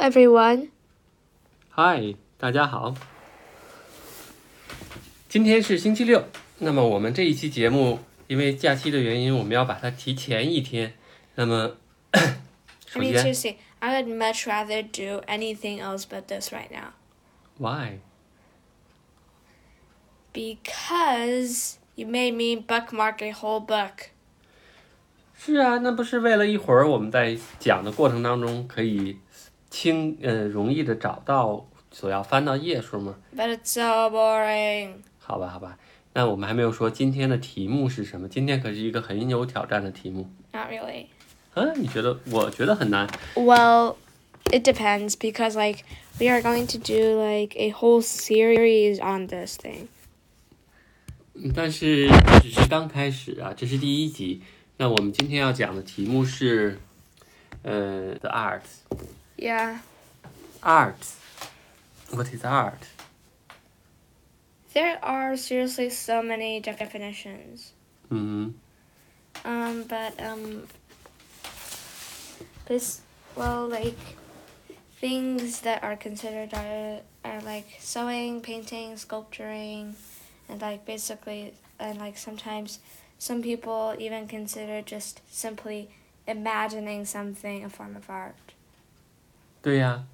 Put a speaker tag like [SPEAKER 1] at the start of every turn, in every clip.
[SPEAKER 1] everyone.
[SPEAKER 2] Hi，大家好。今天是星期六，那么我们这一期节目因为假期的原因，我们要把它提前一天。那么，
[SPEAKER 1] I
[SPEAKER 2] 首
[SPEAKER 1] mean,
[SPEAKER 2] 先
[SPEAKER 1] seriously, I would much rather do anything else but this right now
[SPEAKER 2] ，Why？
[SPEAKER 1] because you made me bookmark a whole book.
[SPEAKER 2] 是啊，那不是为了一会儿我们在讲的过程当中可以轻呃容易的找到所要翻到页数吗？
[SPEAKER 1] But it's so boring.
[SPEAKER 2] 好吧，好吧。那我们还没有说今天的题目是什么，今天可是一个很有挑战的题目。
[SPEAKER 1] Not really.
[SPEAKER 2] 嗯、你觉得？我觉得很难。
[SPEAKER 1] Well, it depends because like we are going to do like a whole series on this thing.
[SPEAKER 2] 嗯但是只是刚开始啊，这是第一集。那我们今天要讲的题目是，呃，the arts，arts。
[SPEAKER 1] Yeah.
[SPEAKER 2] What is art？
[SPEAKER 1] There are seriously so many definitions.
[SPEAKER 2] 嗯，
[SPEAKER 1] Um, but um, this well, like things that are considered are are like sewing, painting, sculpturing, and like basically and like sometimes some people even consider just simply imagining something a form of art.
[SPEAKER 2] 对呀。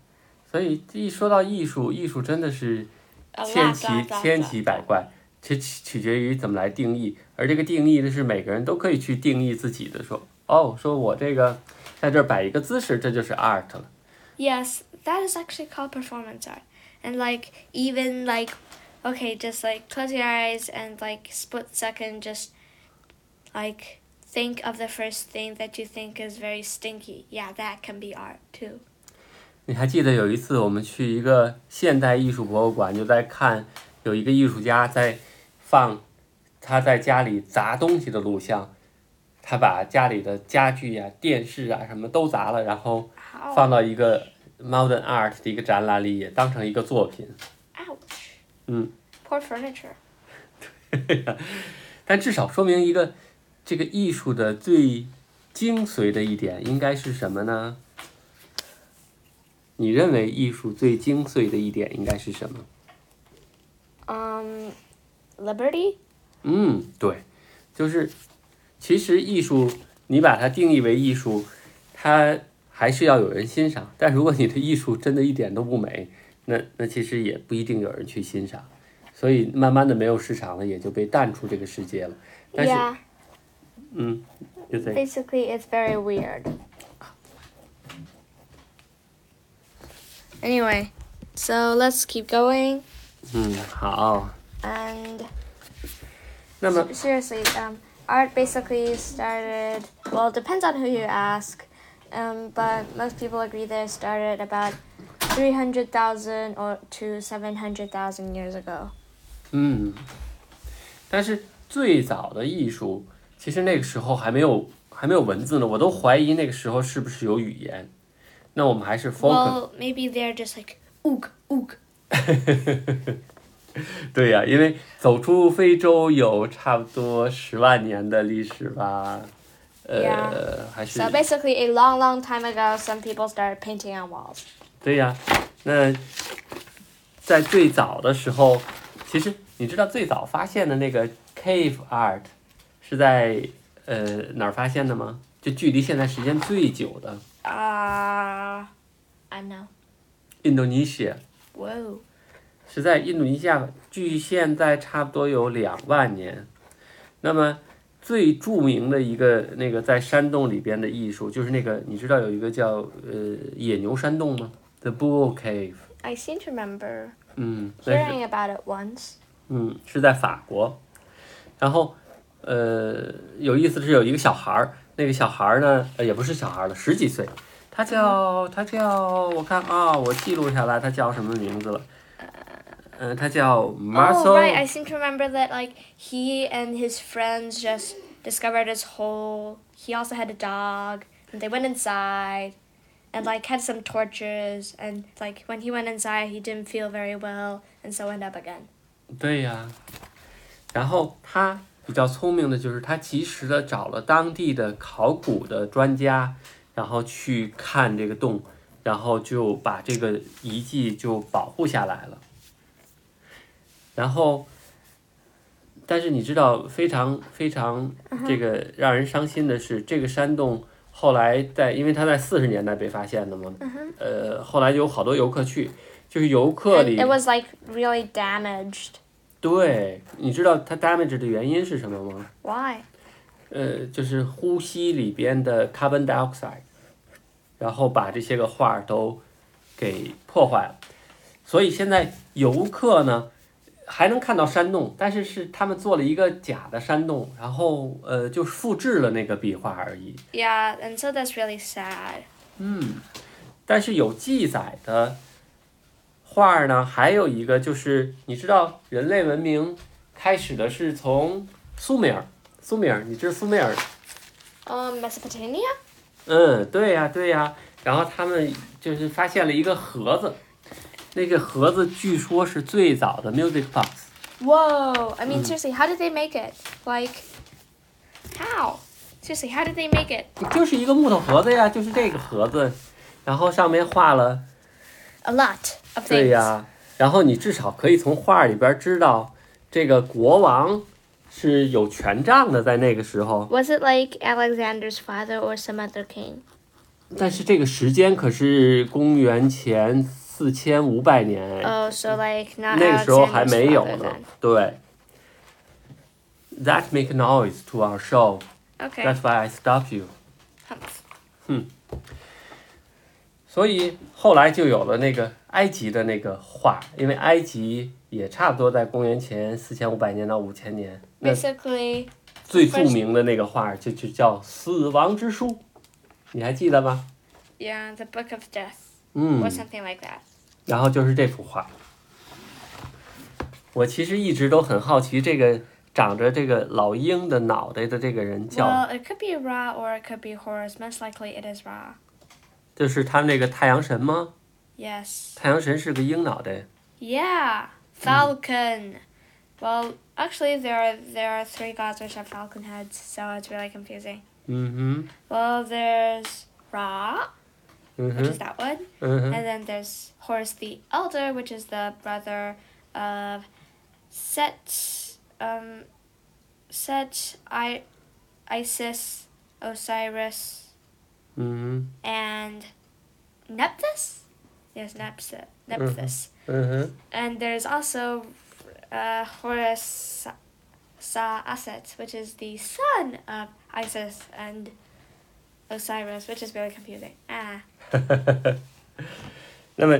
[SPEAKER 2] 所以一说到艺术，艺术真的是
[SPEAKER 1] A
[SPEAKER 2] 千
[SPEAKER 1] lot,
[SPEAKER 2] 奇
[SPEAKER 1] blah, blah,
[SPEAKER 2] 千
[SPEAKER 1] blah.
[SPEAKER 2] 奇百怪，取取决于怎么来定义。而这个定义呢，是每个人都可以去定义自己的。说，哦，说我这个在这儿摆一个姿势，这就是 art 了。
[SPEAKER 1] Yes, that is actually called performance art. And like even like okay, just like close your eyes and like split second just like think of the first thing that you think is very stinky. Yeah, that can be art too.
[SPEAKER 2] 你还记得有一次我们去一个现代艺术博物馆，就在看有一个艺术家在放他在家里砸东西的录像，他把家里的家具呀、电视啊什么都砸了，然后
[SPEAKER 1] Ow.
[SPEAKER 2] 放到一个 modern art 的一个展览里，也当成一个作品。
[SPEAKER 1] Ouch.
[SPEAKER 2] Mm.
[SPEAKER 1] Poor furniture.
[SPEAKER 2] 但至少说明一个这个艺术的最精髓的一点应该是什么呢？你认为艺术最精髓的一点应该是什么？
[SPEAKER 1] Um liberty?
[SPEAKER 2] 嗯，对，就是其实艺术，你把它定义为艺术，它还是要有人欣赏。但如果你的艺术真的一点都不美，那那其实也不一定有人去欣赏。所以慢慢的没有市场了，也就被淡出这个世界了。但是
[SPEAKER 1] Yeah.
[SPEAKER 2] 嗯，就这
[SPEAKER 1] Basically it's very weird. Anyway, so let's keep going
[SPEAKER 2] 嗯，好。
[SPEAKER 1] and
[SPEAKER 2] 那么
[SPEAKER 1] Seriously, um, art basically started, well, it depends on who you ask, um, but most people agree that it started about 300,000 or to 700,000 years ago.
[SPEAKER 2] 嗯，但是最早的艺术，其实那个时候还没有还没有文字呢，我都怀疑那个时候是不是有语言。那我们还是 focus。
[SPEAKER 1] Well, maybe they're just like, oog, oog.
[SPEAKER 2] 对呀、因为走出非洲有差不多十万年的历史吧，呃
[SPEAKER 1] Yeah.
[SPEAKER 2] 还是
[SPEAKER 1] So basically, a long, long time ago, some people started painting on walls.
[SPEAKER 2] 对呀、那在最早的时候，其实你知道最早发现的那个 cave art 是在呃哪儿发现的吗？就距离现在时间最久的
[SPEAKER 1] Uh, I know.
[SPEAKER 2] 印度尼西亚，
[SPEAKER 1] Whoa.
[SPEAKER 2] 是在印度尼西亚，距现在差不多有两万年。那么最著名的一个那个在山洞里边的艺术，就是那个你知道有一个叫呃野牛山洞吗？The Bull Cave。
[SPEAKER 1] I seem to remember
[SPEAKER 2] 嗯，那是
[SPEAKER 1] hearing about it once.
[SPEAKER 2] 嗯是在法国。然后呃有意思的是有一个小孩儿，那个小孩儿呢、呃、也不是小孩儿了，十几岁。他叫他叫我看啊、我记录下来他叫什么名字了。呃，他叫 Marcel、
[SPEAKER 1] Oh right, I seem to remember that like he and his friends just discovered his hole. He also had a dog, and they went inside, and like had some tortures. And like when he went inside, he didn't feel very well, and so went up again.
[SPEAKER 2] 对呀、然后他比较聪明的就是他及时的找了当地的考古的专家，然后去看这个洞，然后就把这个遗迹就保护下来了。然后，但是你知道，非常非常这个让人伤心的是，这个山洞后来在，因为它在四十年代被发现的嘛，呃，后来有好多游客去，就是游客
[SPEAKER 1] 哎
[SPEAKER 3] And
[SPEAKER 2] 里
[SPEAKER 3] it was like really damaged.
[SPEAKER 2] 对，你知道它 damage 的原因是什么吗？
[SPEAKER 3] Why?
[SPEAKER 2] 呃，就是呼吸里边的 carbon dioxide，然后把这些个画儿都给破坏了。所以现在游客呢还能看到山洞，但是是他们做了一个假的山洞，然后呃就复制了那个壁画而已。
[SPEAKER 1] Yeah, and so that's really sad.
[SPEAKER 2] 但是有记载的画儿呢，还有一个就是，你知道人类文明开始的是从苏美尔，苏美尔，你知道苏美尔
[SPEAKER 3] Um, Mesopotamia?
[SPEAKER 2] 嗯，对呀、对呀、然后他们就是发现了一个盒子，那个盒子据说是最早的 music box。
[SPEAKER 3] Whoa! I mean, seriously, how did they make it? Like, how? Seriously, how did they make it?
[SPEAKER 2] 就是一个木头盒子呀，就是这个盒子，然后上面画了，
[SPEAKER 3] A lot of
[SPEAKER 2] 对
[SPEAKER 3] things.
[SPEAKER 2] 呀、然后你至少可以从画里边知道，这个国王是有权杖的，在那个时候，
[SPEAKER 3] Was it like Alexander's father or some other king?
[SPEAKER 2] 但是这个时间可是公元前四千五百年哎
[SPEAKER 3] Oh, so like not
[SPEAKER 2] 哦那个时候还
[SPEAKER 3] Alexander's
[SPEAKER 2] 没有
[SPEAKER 3] father
[SPEAKER 2] 呢
[SPEAKER 3] then.。
[SPEAKER 2] 对，That make noise to our show.
[SPEAKER 1] Okay. Um,
[SPEAKER 2] That's why I stop you.
[SPEAKER 1] Humph.
[SPEAKER 2] 所以后来就有了那个埃及的那个画，因为埃及也差不多在公元前四千五百年到五千年，那
[SPEAKER 1] Basically,
[SPEAKER 2] 最著名的那个画就就叫《死亡之书》，你还记得吗？
[SPEAKER 1] yeah, the Book of Death
[SPEAKER 2] 嗯
[SPEAKER 1] or，something like that.
[SPEAKER 2] 然后就是这幅画。我其实一直都很好奇，这个长着这个老鹰的脑袋的这个人叫
[SPEAKER 1] Well, it could be Ra or it could be Horus. Most likely, it is Ra.
[SPEAKER 2] 就是他那个太阳神吗？
[SPEAKER 1] Yes.
[SPEAKER 2] 太阳神是个鹰脑袋。
[SPEAKER 1] Yeah, Falcon. Well, actually, there are there are three gods which have falcon heads, so it's really confusing.
[SPEAKER 2] 嗯
[SPEAKER 1] Well, there's Ra,
[SPEAKER 2] 哼，嗯
[SPEAKER 1] which is
[SPEAKER 2] 哼，
[SPEAKER 1] that one,
[SPEAKER 2] 嗯哼，
[SPEAKER 1] and then there's Horus the Elder, which is the brother of Set, um, Set, I, Isis, Osiris,
[SPEAKER 2] 嗯
[SPEAKER 1] and Nephthys. Yes, Nephthys.
[SPEAKER 2] Mhm.
[SPEAKER 1] Nephthys.
[SPEAKER 2] 哼，嗯哼，
[SPEAKER 1] And there's also uh, Horus Saaset, which is the son of Isis and Osiris, which is really confusing. Ah,
[SPEAKER 2] 那么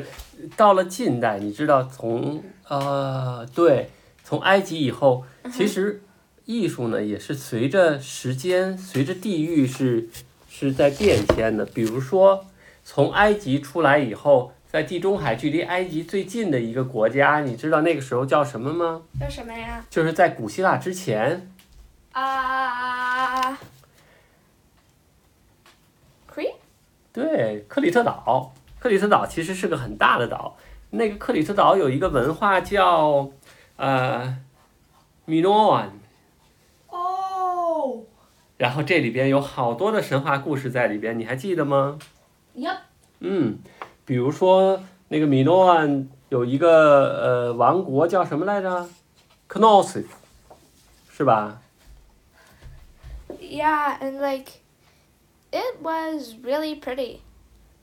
[SPEAKER 2] 到了近代，你知道从呃对，从埃及以后，其实艺术呢也是随着时间、随着地域是是在变迁的。比如说，从埃及出来以后，在地中海距离埃及最近的一个国家，你知道那个时候叫什么吗？
[SPEAKER 1] 叫什么呀？
[SPEAKER 2] 就是在古希腊之前，
[SPEAKER 3] Uh,
[SPEAKER 1] 啊，
[SPEAKER 3] Crete?
[SPEAKER 2] 对，克里特岛，克里特岛其实是个很大的岛。那个克里特岛有一个文化叫呃米诺安，
[SPEAKER 3] Oh.
[SPEAKER 2] 然后这里边有好多的神话故事在里边，你还记得吗？
[SPEAKER 3] Yep.
[SPEAKER 2] 嗯，比如说那个米诺安有一个呃王国叫什么来着？Knos，是吧？
[SPEAKER 3] Yeah, and like, it was really pretty.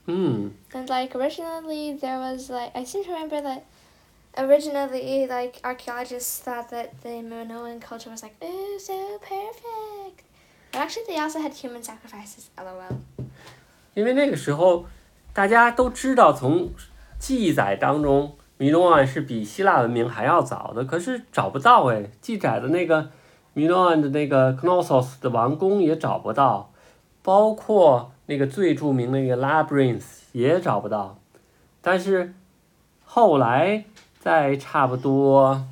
[SPEAKER 2] 嗯，
[SPEAKER 3] And like originally there was like I seem to remember that originally like archaeologists thought that the Minoan culture was like ooh so perfect. But actually they also had human sacrifices, lol.
[SPEAKER 2] 因为那个时候大家都知道，从记载当中，米诺安是比希腊文明还要早的，可是找不到哎，记载的那个米诺安的那个 Knossos 的王宫也找不到，包括那个最著名的那个 Labyrinth 也找不到，但是后来在差不多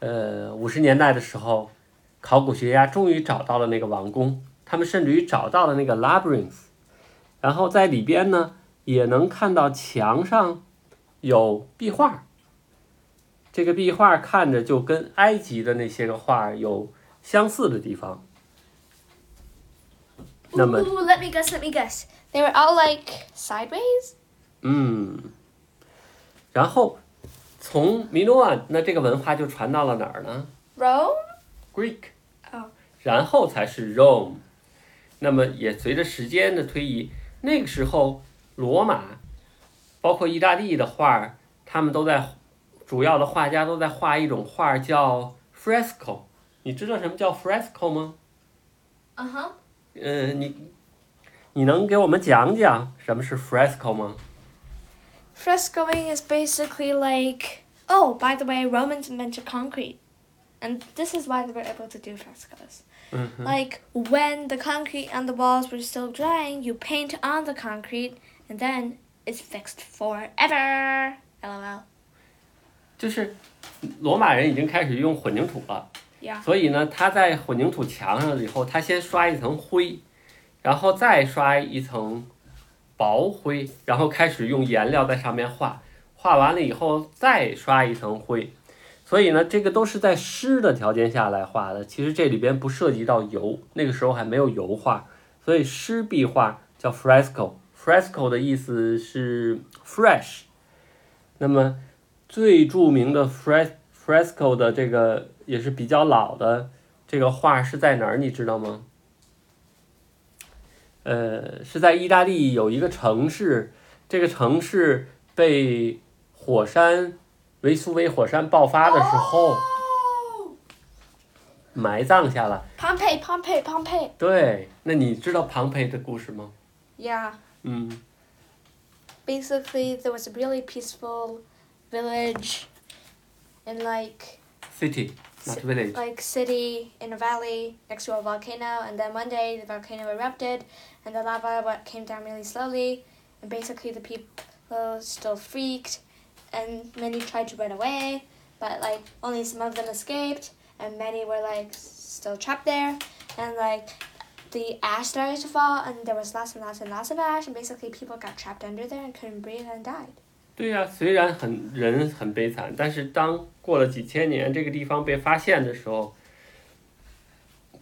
[SPEAKER 2] 呃五十年代的时候，考古学家终于找到了那个王宫，他们甚至于找到了那个 Labyrinth。然后在里边呢，也能看到墙上有壁画。这个壁画看着就跟埃及的那些个画有相似的地方。那么
[SPEAKER 1] 哦
[SPEAKER 3] Ooh, let me guess, let me guess. They were all like sideways?
[SPEAKER 2] 嗯，然后从米诺瓦那这个文化就传到了哪儿呢
[SPEAKER 3] Rome?
[SPEAKER 2] ？Greek，
[SPEAKER 1] 哦
[SPEAKER 2] 然后才是 Rome。那么也随着时间的推移，那个时候罗马，包括意大利的画儿，他们都在主要的画家都在画一种画儿叫 fresco。你知道什么叫 fresco 吗？
[SPEAKER 3] Uh huh.
[SPEAKER 2] 呃，你你能给我们讲讲什么是 fresco 吗？
[SPEAKER 1] Frescoing is basically like oh, by the way, Romans invented concrete, and this is why they were able to do frescoes.
[SPEAKER 2] 嗯哼。
[SPEAKER 1] Like when the concrete on the walls were still drying, you paint on the concrete, and then it's fixed forever. LOL.
[SPEAKER 2] 就是罗马人已经开始用混凝土了，
[SPEAKER 1] Yeah.
[SPEAKER 2] 所以呢，他在混凝土墙上了以后，他先刷一层灰，然后再刷一层薄灰，然后开始用颜料在上面画，画完了以后再刷一层灰，所以呢，这个都是在湿的条件下来画的。其实这里边不涉及到油，那个时候还没有油画，所以湿壁画叫 fresco。fresco 的意思是 fresh，那么。最著名的 fres fresco 的这个也是比较老的这个画是在哪儿？你知道吗？呃，是在意大利有一个城市，这个城市被火山维苏威火山爆发的时候
[SPEAKER 3] Oh!
[SPEAKER 2] 埋葬下了。
[SPEAKER 3] Pompeii, Pompeii, Pompeii.
[SPEAKER 2] 对，那你知道庞培的故事吗？
[SPEAKER 3] Yeah.
[SPEAKER 2] 嗯，
[SPEAKER 3] Basically, there was a really peaceful village and like
[SPEAKER 2] City, not village.
[SPEAKER 3] like city in a valley next to a volcano and then one day the volcano erupted and the lava what came down really slowly and basically the people still freaked and many tried to run away but like only some of them escaped and many were like s- still trapped there and like the ash started to fall and there was lots and lots and lots of ash and basically people got trapped under there and couldn't breathe and died
[SPEAKER 2] 对呀、虽然很人很悲惨，但是当过了几千年，这个地方被发现的时候，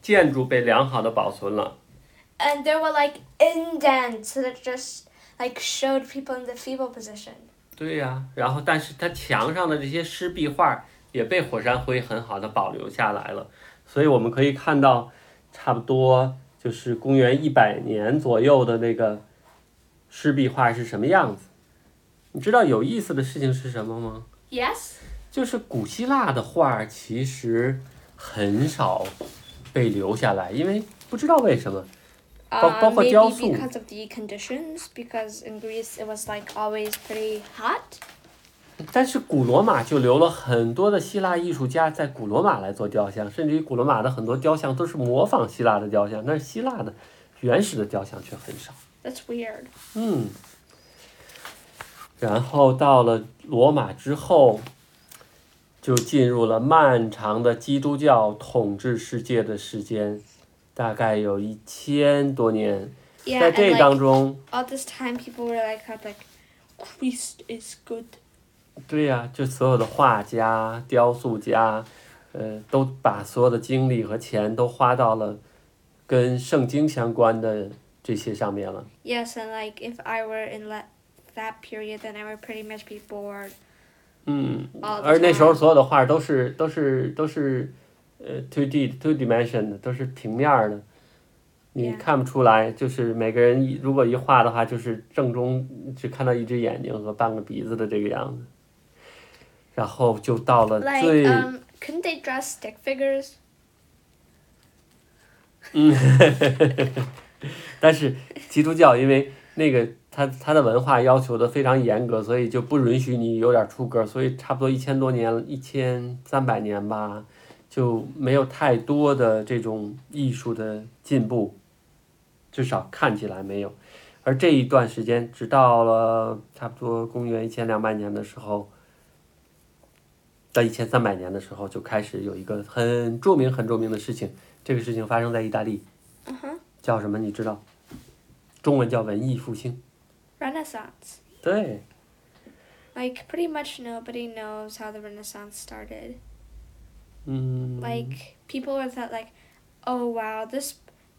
[SPEAKER 2] 建筑被良好的保存了。
[SPEAKER 3] and there were like indents that just like showed people in the feeble position
[SPEAKER 2] 对呀、然后但是它墙上的这些湿壁画也被火山灰很好的保留下来了，所以我们可以看到，差不多就是公元一百年左右的那个湿壁画是什么样子。你知道有意思的事情是什么吗？
[SPEAKER 3] yes
[SPEAKER 2] 就是古希腊的画儿其实很少被留下来，因为不知道为什么。包
[SPEAKER 1] Uh,
[SPEAKER 2] -包括
[SPEAKER 1] maybe
[SPEAKER 2] 雕塑。
[SPEAKER 1] because of the conditions, because in Greece it was like always pretty hot.
[SPEAKER 2] 但是古罗马就留了很多的希腊艺术家在古罗马来做雕像，甚至于古罗马的很多雕像都是模仿希腊的雕像，但是希腊的原始的雕像却很少。
[SPEAKER 1] That's weird.
[SPEAKER 2] 嗯，然后到了罗马之后，就进入了漫长的基督教统治世界的时间，大概有一千多年。
[SPEAKER 1] Yeah,
[SPEAKER 2] 在
[SPEAKER 1] and
[SPEAKER 2] 这
[SPEAKER 1] like
[SPEAKER 2] 当中，
[SPEAKER 1] all this time, people were like, had like, Christ is good.
[SPEAKER 2] 对呀、就所有的画家、雕塑家，呃，都把所有的精力和钱都花到了跟圣经相关的这些上面了。
[SPEAKER 1] Yes, and like if I were in le- that period, then I would pretty much be bored.
[SPEAKER 2] 嗯，
[SPEAKER 1] all the
[SPEAKER 2] 而那时候
[SPEAKER 1] time.
[SPEAKER 2] 所有的画都是都是都是，呃，two D two dimension 的，都是平面儿的，你
[SPEAKER 1] Yeah.
[SPEAKER 2] 看不出来。就是每个人一如果一画的话，就是正中只看到一只眼睛和半个鼻子的这个样子。然后就到了
[SPEAKER 1] Like,
[SPEAKER 2] 最
[SPEAKER 1] um, couldn't they draw stick figures?
[SPEAKER 2] 嗯， 但是基督教因为那个它它的文化要求的非常严格，所以就不允许你有点出格，所以差不多一千多年，一千三百年吧，就没有太多的这种艺术的进步，至少看起来没有。而这一段时间，直到了差不多公元一千两百年的时候，在一千三百年的时候，就开始有一个很著名、很著名的事情。这个事情发生在意大利，
[SPEAKER 1] Uh huh.
[SPEAKER 2] 叫什么？你知道？中文叫文艺复兴。
[SPEAKER 1] Renaissance.
[SPEAKER 2] 对，
[SPEAKER 1] Like, pretty much nobody knows how the Renaissance started.
[SPEAKER 2] 嗯，
[SPEAKER 1] Like, people were thought, like, oh wow, this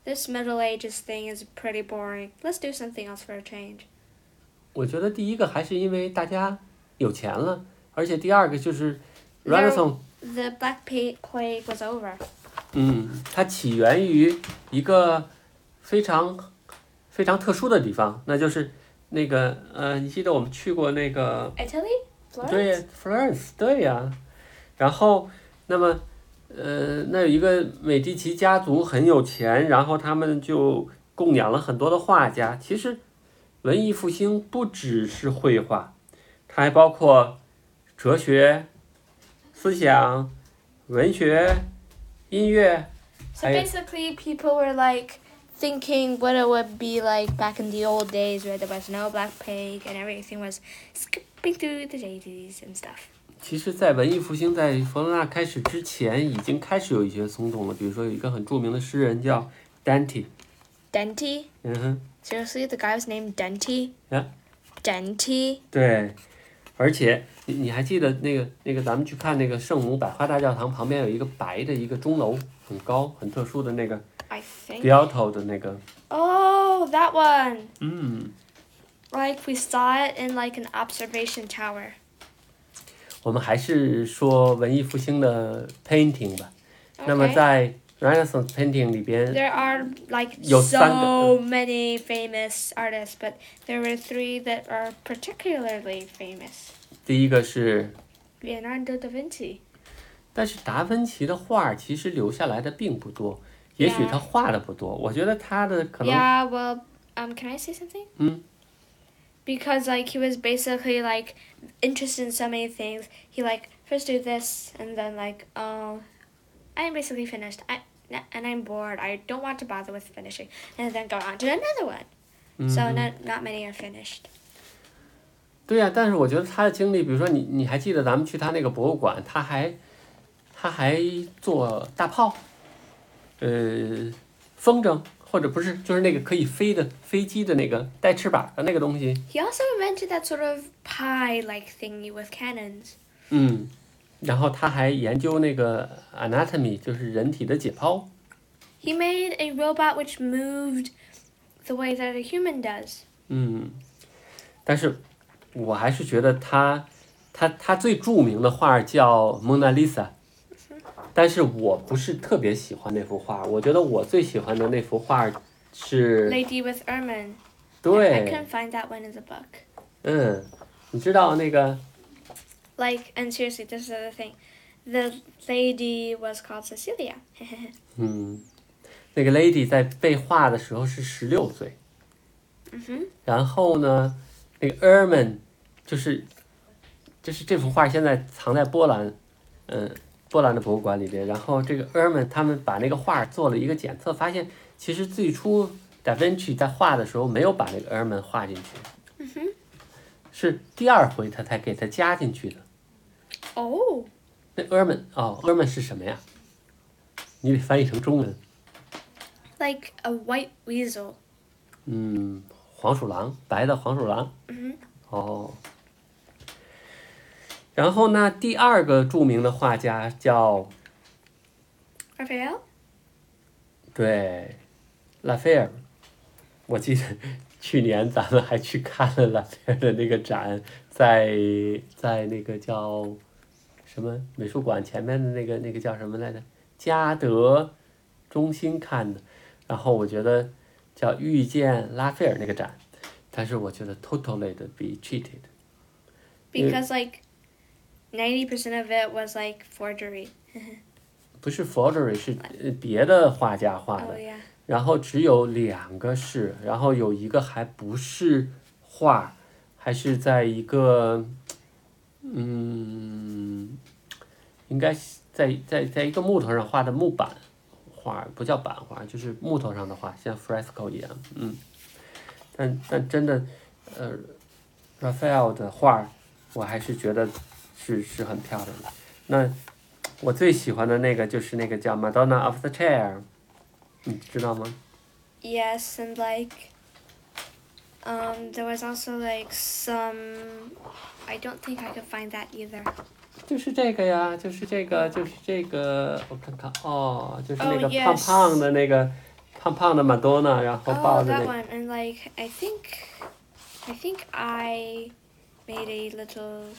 [SPEAKER 1] this Middle Ages thing is pretty boring. Let's do something else for a change.
[SPEAKER 2] 我觉得第一个还是因为大家有钱了，而且第二个就是
[SPEAKER 1] 那
[SPEAKER 2] Renaissance，
[SPEAKER 1] The Black Pa- Plague was over.
[SPEAKER 2] 嗯，它起源于一个非常非常特殊的地方，那就是那个呃，你记得我们去过那个
[SPEAKER 3] Italy? Florence?
[SPEAKER 2] 对呀，Florence，对呀、然后，那么，呃，那有一个美第奇家族很有钱，然后他们就供养了很多的画家。其实，文艺复兴不只是绘画，它还包括哲学、思想、文学、音乐。
[SPEAKER 3] So
[SPEAKER 2] I-
[SPEAKER 3] basically, people were like thinking what it would be like back in the old days where there was no black plague and everything was skipping through the daisies and stuff.
[SPEAKER 2] 其实，在文艺复兴在佛罗纳开始之前，已经开始有一些松动了。比如说，有一个很著名的诗人叫丹蒂，
[SPEAKER 3] Denti?
[SPEAKER 2] 嗯哼。
[SPEAKER 3] Seriously, the guy was named Denti?
[SPEAKER 2] Yeah.
[SPEAKER 3] Denti?
[SPEAKER 2] 对，而且你你还记得那个那个咱们去看那个圣母百花大教堂旁边有一个白的一个钟楼，很高很特殊的那个
[SPEAKER 1] I think.
[SPEAKER 2] b i a t o 的那个，
[SPEAKER 1] Oh, that one.
[SPEAKER 2] 嗯，
[SPEAKER 1] Like we saw it in like an observation tower.
[SPEAKER 2] 我们还是说文艺复兴的 painting 吧。那么
[SPEAKER 1] Okay.
[SPEAKER 2] 在 Renaissance painting 里边，
[SPEAKER 1] There are like
[SPEAKER 2] Yo,
[SPEAKER 1] so
[SPEAKER 2] Sandra-
[SPEAKER 1] many famous artists, but there were three that are particularly famous.
[SPEAKER 2] 第一个是，
[SPEAKER 1] Leonardo da Vinci.
[SPEAKER 2] 但是达芬奇的画儿其实留下来的并不多，也许
[SPEAKER 1] Yeah.
[SPEAKER 2] 他画的不多，我觉得他的可能
[SPEAKER 1] Yeah, well, um, can I say something?
[SPEAKER 2] Hmm.
[SPEAKER 1] Because like he was basically like interested in so many things. He like first do this and then like oh, I'm basically finished. I and I'm bored. I don't want to bother with finishing, and then go on to another one.
[SPEAKER 2] 嗯。
[SPEAKER 1] So not not many are finished.
[SPEAKER 2] 对呀、但是我觉得他的经历，比如说你，你还记得咱们去他那个博物馆，他还，他还做大炮，呃，风筝或者不是，就是那个可以飞的飞机的那个带翅膀的那个东西，
[SPEAKER 1] He also invented that sort of pie like thingy with cannons.
[SPEAKER 2] 嗯，然后他还研究那个 anatomy，就是人体的解剖，
[SPEAKER 1] He made a robot which moved the way that a human does.
[SPEAKER 2] 嗯，但是我还是觉得他，他他最著名的画儿叫《蒙娜丽莎》，但是我不是特别喜欢那幅画儿。我觉得我最喜欢的那幅画儿是，
[SPEAKER 1] Lady with ermine. I, I
[SPEAKER 2] 对
[SPEAKER 1] couldn't，find that one in the book.
[SPEAKER 2] 嗯，你知道那个，
[SPEAKER 1] Like, and seriously, this is the other thing. The lady was called Cecilia.
[SPEAKER 2] 嗯，那个 lady 在被画的时候是十六岁，
[SPEAKER 1] Mhm.
[SPEAKER 2] 然后呢，那个 Erman 就是就是这幅画现在藏在波兰，嗯，波兰的博物馆里边。然后这个 Erman 他们把那个画做了一个检测，发现其实最初 Da Vinci 在画的时候没有把那个 Erman 画进去，是第二回他才给他加进去的。
[SPEAKER 1] Oh,
[SPEAKER 2] 那 Erman 哦，Erman 是什么呀？你得翻译成中文，
[SPEAKER 1] like a white weasel.
[SPEAKER 2] 嗯，黄鼠狼，白的黄鼠狼。
[SPEAKER 1] Mhm.
[SPEAKER 2] 哦。然后呢，第二个著名的画家叫
[SPEAKER 1] Raphael?
[SPEAKER 2] 对拉斐尔，我记得去年咱们还去看了拉斐尔的那个展，在在那个叫什么美术馆前面的那个那个叫什么来着？嘉德中心看的。然后我觉得叫遇见拉斐尔那个展，但是我觉得 totally 的 be cheated。Yeah.
[SPEAKER 1] Because, like, 90% of it was, like, forgery.
[SPEAKER 2] 不是 forgery，是呃别的画家画
[SPEAKER 1] Oh,
[SPEAKER 2] 的，
[SPEAKER 1] yeah.
[SPEAKER 2] 然后只有两个是，然后有一个还不是画，还是在一个，嗯，应该是在在在一个木头上画的木板画，不叫版画，就是木头上的画，像 fresco 一样，嗯，但但真的，呃，Raphael 的画，我还是觉得是是很漂亮的。那我最喜欢的那个就是那个叫 Madonna of the Chair，你知道吗？
[SPEAKER 1] Yes, and, like, um, there was also, like, some. I don't think I could find that either.
[SPEAKER 2] 就是这个呀，就是这个，就是这个，我看看哦，就是那
[SPEAKER 1] Oh,
[SPEAKER 2] 个
[SPEAKER 1] yes.
[SPEAKER 2] 胖胖的那个胖胖的 Madonna，然后
[SPEAKER 1] Oh,
[SPEAKER 2] 抱着那
[SPEAKER 1] that
[SPEAKER 2] 个
[SPEAKER 1] one. And, like, I think I think I made a little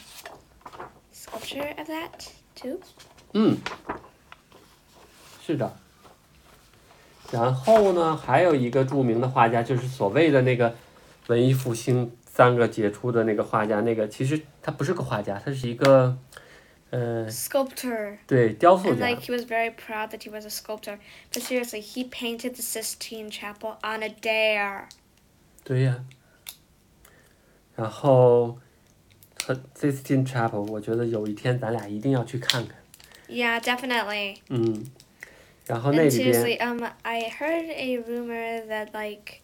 [SPEAKER 1] sculpture of that too.
[SPEAKER 2] 嗯，是的。然后呢，还有一个著名的画家，就是所谓的那个文艺复兴三个杰出的那个画家，那个其实他不是个画家，他是一个，呃，
[SPEAKER 1] Sculptor.
[SPEAKER 2] 对，雕塑
[SPEAKER 1] And
[SPEAKER 2] 家
[SPEAKER 1] like。he was very proud that he was a sculptor. But seriously, he painted the Sistine Chapel on a dare.
[SPEAKER 2] 对呀、然后和 Sistine Chapel，我觉得有一天咱俩一定要去看看。
[SPEAKER 1] Yeah, definitely.
[SPEAKER 2] 嗯，然后那
[SPEAKER 1] And
[SPEAKER 2] 里边。
[SPEAKER 1] seriously, um, I heard a rumor that like,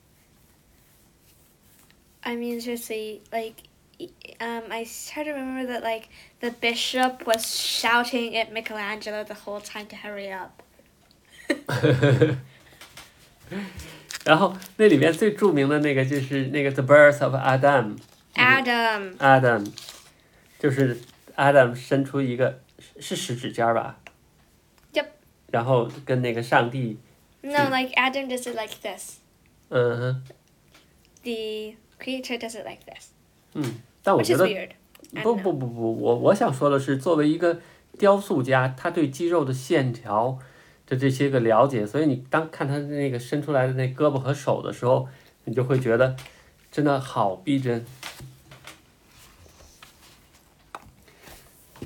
[SPEAKER 1] I mean seriously, like, e- um, I heard a rumor that like the bishop was shouting at Michelangelo the whole time to hurry up.
[SPEAKER 2] 然后那里面最著名的那个就是那个《The Birth of Adam》
[SPEAKER 1] Adam.
[SPEAKER 2] ，Adam，就是 Adam 伸出一个是是十指尖儿吧
[SPEAKER 1] Yep
[SPEAKER 2] 然后跟那个上帝，
[SPEAKER 1] No, like Adam does it like this.
[SPEAKER 2] 嗯哼，
[SPEAKER 1] The creator does it like this,
[SPEAKER 2] 但我
[SPEAKER 1] which
[SPEAKER 2] 觉
[SPEAKER 1] is
[SPEAKER 2] 得
[SPEAKER 1] weird. I
[SPEAKER 2] 不
[SPEAKER 1] don't know.
[SPEAKER 2] 不不不，我我想说的是，作为一个雕塑家，他对肌肉的线条的这些个了解，所以你当看他那个伸出来的那胳膊和手的时候，你就会觉得真的好逼真。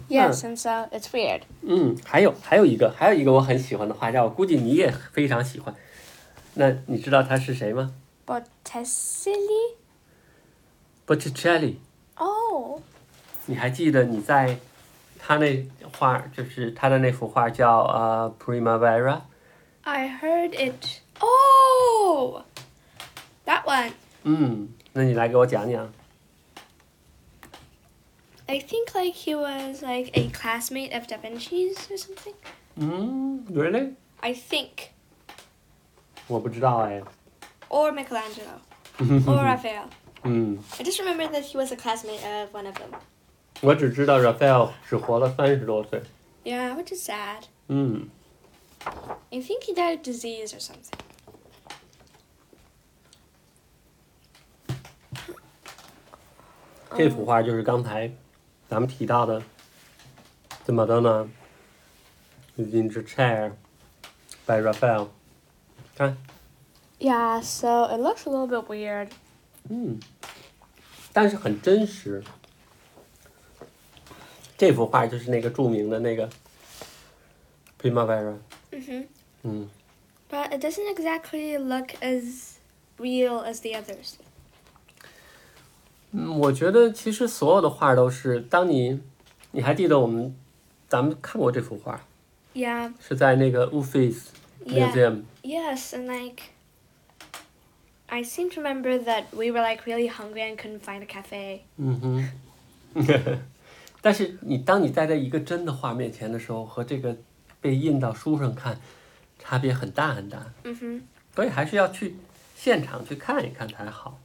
[SPEAKER 1] Yes, and so it's weird.
[SPEAKER 2] 嗯，还有还有一个，还有一个我很喜欢的画家，我估计你也非常喜欢。那你知道他是谁吗
[SPEAKER 1] Botticelli?
[SPEAKER 2] ？Botticelli。
[SPEAKER 1] Oh,
[SPEAKER 2] 你还记得你在他那画，就是他的那幅画叫呃《Primavera》？
[SPEAKER 1] I heard it. Oh, that one.
[SPEAKER 2] 嗯，那你来给我讲讲。
[SPEAKER 1] I think like he was like a classmate of Da Vinci's or something.
[SPEAKER 2] 嗯，Really？
[SPEAKER 1] I think,
[SPEAKER 2] 我不知道哎。
[SPEAKER 1] or Michelangelo, or Raphael.
[SPEAKER 2] 嗯，
[SPEAKER 1] I just remember that he was a classmate of one of them.
[SPEAKER 2] 我只知道 Raphael 只活了三十多岁。
[SPEAKER 1] Yeah, which is sad.
[SPEAKER 2] 嗯，
[SPEAKER 1] I think he died of disease or something. 嗯
[SPEAKER 2] 这幅
[SPEAKER 1] Um,
[SPEAKER 2] 画就是刚才咱们提到的《The Madonna in the Chair》by Raphael。看，
[SPEAKER 1] Yeah, so it looks a little bit weird.
[SPEAKER 2] 嗯，但是很真实。这幅画就是那个著名的那个《Primavera》。
[SPEAKER 1] hmm
[SPEAKER 2] 嗯，
[SPEAKER 1] But it doesn't exactly look as real as the others.
[SPEAKER 2] 嗯，我觉得其实所有的画都是，当你，你还记得我们，咱们看过这幅画，
[SPEAKER 1] Yeah.
[SPEAKER 2] 是在那个 Uffizi
[SPEAKER 1] Yeah.
[SPEAKER 2] Museum。
[SPEAKER 1] Yes, and like I seem to remember that we were like really hungry and couldn't find a cafe.
[SPEAKER 2] 嗯哼， 但是你当你站在一个真的画面前的时候，和这个被印到书上看，差别很大很大，
[SPEAKER 1] Mhm.
[SPEAKER 2] 所以还是要去现场去看一看才好。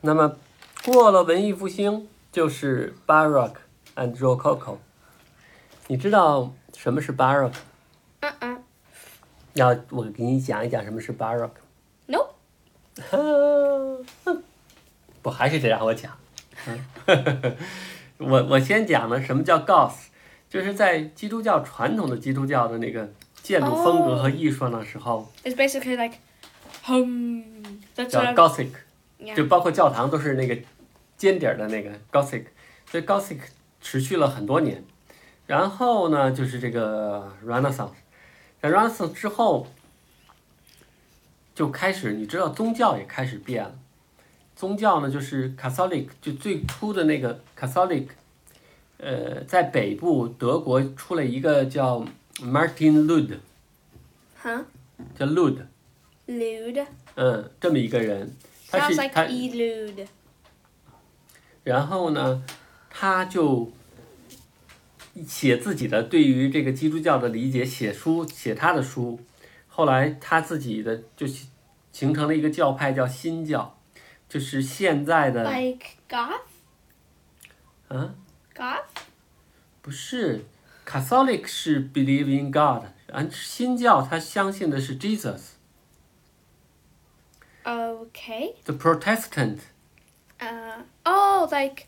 [SPEAKER 2] 那么过了文艺复兴，就是 Baroque and Rococo。你知道什么是 Baroque？
[SPEAKER 1] Uh-uh.
[SPEAKER 2] 要我给你讲一讲什么是 Baroque。
[SPEAKER 1] Nope.
[SPEAKER 2] 不，还是得让我讲。嗯 我我先讲呢，什么叫 Goth，就是在基督教传统的基督教的那个建筑风格和艺术上的时候
[SPEAKER 1] It's basically like hum. That's
[SPEAKER 2] 叫
[SPEAKER 1] what I'm,
[SPEAKER 2] Gothic，
[SPEAKER 1] yeah.
[SPEAKER 2] 就包括教堂都是那个尖顶儿的那个 Gothic，所以 Gothic 持续了很多年。然后呢，就是这个 Renaissance，在 Renaissance 之后，就开始你知道宗教也开始变了。宗教呢，就是 Catholic，就最初的那个 Catholic，呃，在北部德国出了一个叫 Martin Lud，
[SPEAKER 1] Huh?
[SPEAKER 2] 叫 Lud，
[SPEAKER 1] Lewd.
[SPEAKER 2] 嗯，这么一个人，他
[SPEAKER 1] Sounds
[SPEAKER 2] 是
[SPEAKER 1] like E
[SPEAKER 2] 他
[SPEAKER 1] elude.
[SPEAKER 2] 然后呢，他就写自己的对于这个基督教的理解，写书，写他的书。后来他自己的就形形成了一个教派，叫新教，就是现在的
[SPEAKER 1] Like goth?
[SPEAKER 2] 啊，
[SPEAKER 1] Goth?
[SPEAKER 2] 不是 Catholic 是 believe in God，而新教他相信的是 Jesus。
[SPEAKER 4] Okay.
[SPEAKER 2] The Protestant
[SPEAKER 4] Uh, oh, like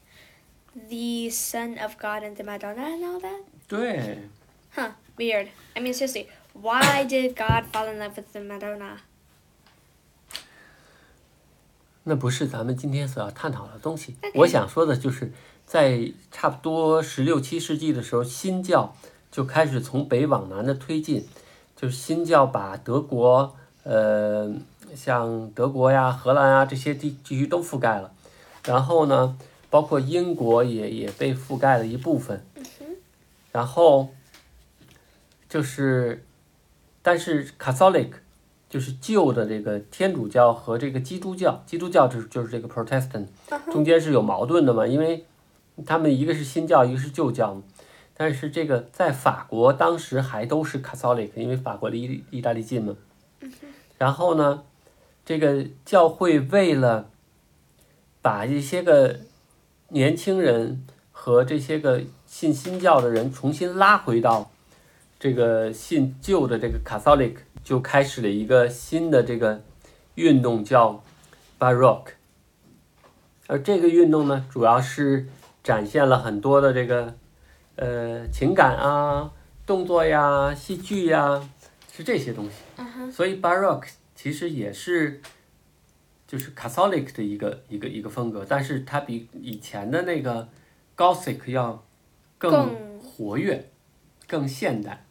[SPEAKER 4] the Son of God and the Madonna and all that?
[SPEAKER 2] 对，
[SPEAKER 4] Huh, weird. I mean, seriously, why did God fall in love with the Madonna?
[SPEAKER 2] 那不是咱们今天所要探讨的东西。
[SPEAKER 4] OK
[SPEAKER 2] 我想说的就是，在差不多十六七世纪的时候，新教就开始从北往南的推进，就是新教把德国，呃，像德国呀、荷兰啊这些地地区都覆盖了，然后呢，包括英国也也被覆盖了一部分，然后就是，但是 Catholic 就是旧的这个天主教和这个基督教，基督教就是就是这个 Protestant 中间是有矛盾的嘛，因为他们一个是新教，一个是旧教嘛。但是这个在法国当时还都是 Catholic，因为法国离意大利近嘛。然后呢，这个教会为了把一些个年轻人和这些个信新教的人重新拉回到这个信旧的这个 Catholic 就开始了一个新的这个运动，叫 Baroque。而这个运动呢，主要是展现了很多的这个呃情感啊、动作呀、戏剧呀，是这些东西。所以 Baroque 其实也是就是 Catholic 的一个一个一个风格，但是它比以前的那个 Gothic 要更
[SPEAKER 4] 更
[SPEAKER 2] 活跃、更现代。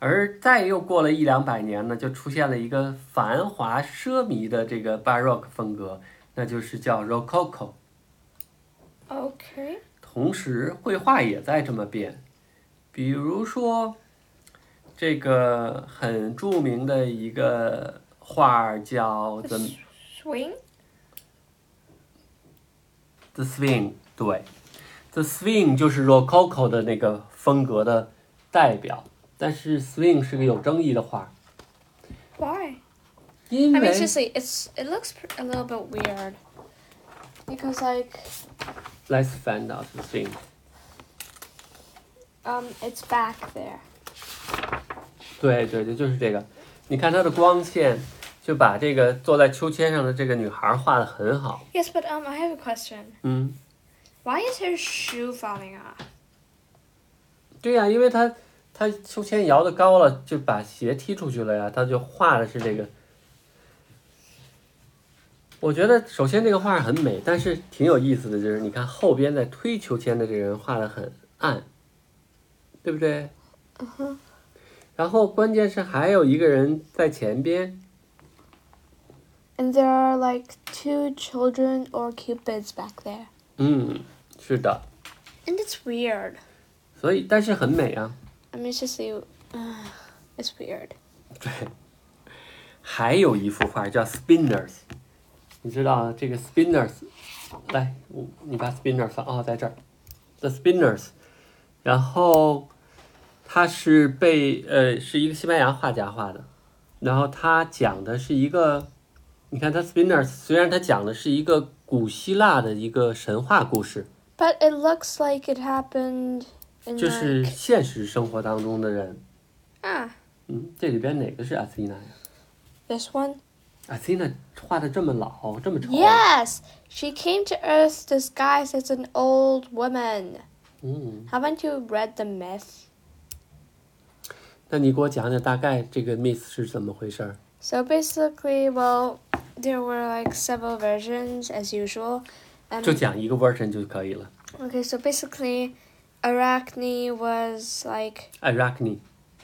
[SPEAKER 2] 而再又过了一两百年呢，就出现了一个繁华奢靡的这个 Baroque 风格，那就是叫 Rococo。
[SPEAKER 4] Okay.
[SPEAKER 2] 同时，绘画也在这么变，比如说，这个很著名的一个画儿叫 The
[SPEAKER 4] Swing?
[SPEAKER 2] The Swing，对，The Swing 就是 Rococo 的那个风格的代表，但是 Swing 是个有争议的画儿，
[SPEAKER 4] Why?
[SPEAKER 2] 因
[SPEAKER 4] I
[SPEAKER 2] 为
[SPEAKER 4] mean, seriously, it's it looks pr- a little bit weird.
[SPEAKER 1] Because like
[SPEAKER 2] Let's find out the Swing。
[SPEAKER 1] um it's back there.
[SPEAKER 2] 对对对，就是这个。你看它的光线，就把这个坐在秋千上的这个女孩儿画的很好。
[SPEAKER 4] Yes, but um, I have a question.
[SPEAKER 2] 嗯，
[SPEAKER 4] Why is her shoe falling off?
[SPEAKER 2] 对呀、因为他他秋千摇得高了，就把鞋踢出去了呀。他就画的是这个。我觉得首先这个画很美，但是挺有意思的就是，你看后边在推秋千的这个人画的很暗，对不对？然后关键是还有一个人在前边，
[SPEAKER 1] And there are like two children or cupids back there.
[SPEAKER 2] 嗯，是的，
[SPEAKER 4] And it's weird.
[SPEAKER 2] 所以但是很美啊。
[SPEAKER 4] I mean, it's just you. Uh, it's weird.
[SPEAKER 2] 对，还有一幅画叫 Spinners，你知道这个 Spinners，来，我你把 Spinners 放哦，在这儿，The Spinners，然后它是被呃是一个西班牙画家画的，然后他讲的是一个，你看他 Spinners 虽然他讲的是一个古希腊的一个神话故事，
[SPEAKER 1] But it looks like it happened in
[SPEAKER 2] 就是
[SPEAKER 1] like,
[SPEAKER 2] 现实生活当中的人，
[SPEAKER 4] Ah,
[SPEAKER 2] 嗯，这里边哪个是 Athena 呀
[SPEAKER 1] this one.
[SPEAKER 2] ？Athena 画的这么老，这么丑。
[SPEAKER 1] Yes! She came to Earth disguised as an old woman.
[SPEAKER 2] 嗯，
[SPEAKER 1] Haven't you read the myth?
[SPEAKER 2] 那你给我讲讲大概这个 miss 是怎么回事儿？
[SPEAKER 1] So basically, well, there were like several versions as usual. Um, 嗯
[SPEAKER 2] 就讲一个 version 就可以了。
[SPEAKER 1] Okay, so basically, Arachne was like
[SPEAKER 2] 哎 Arachne，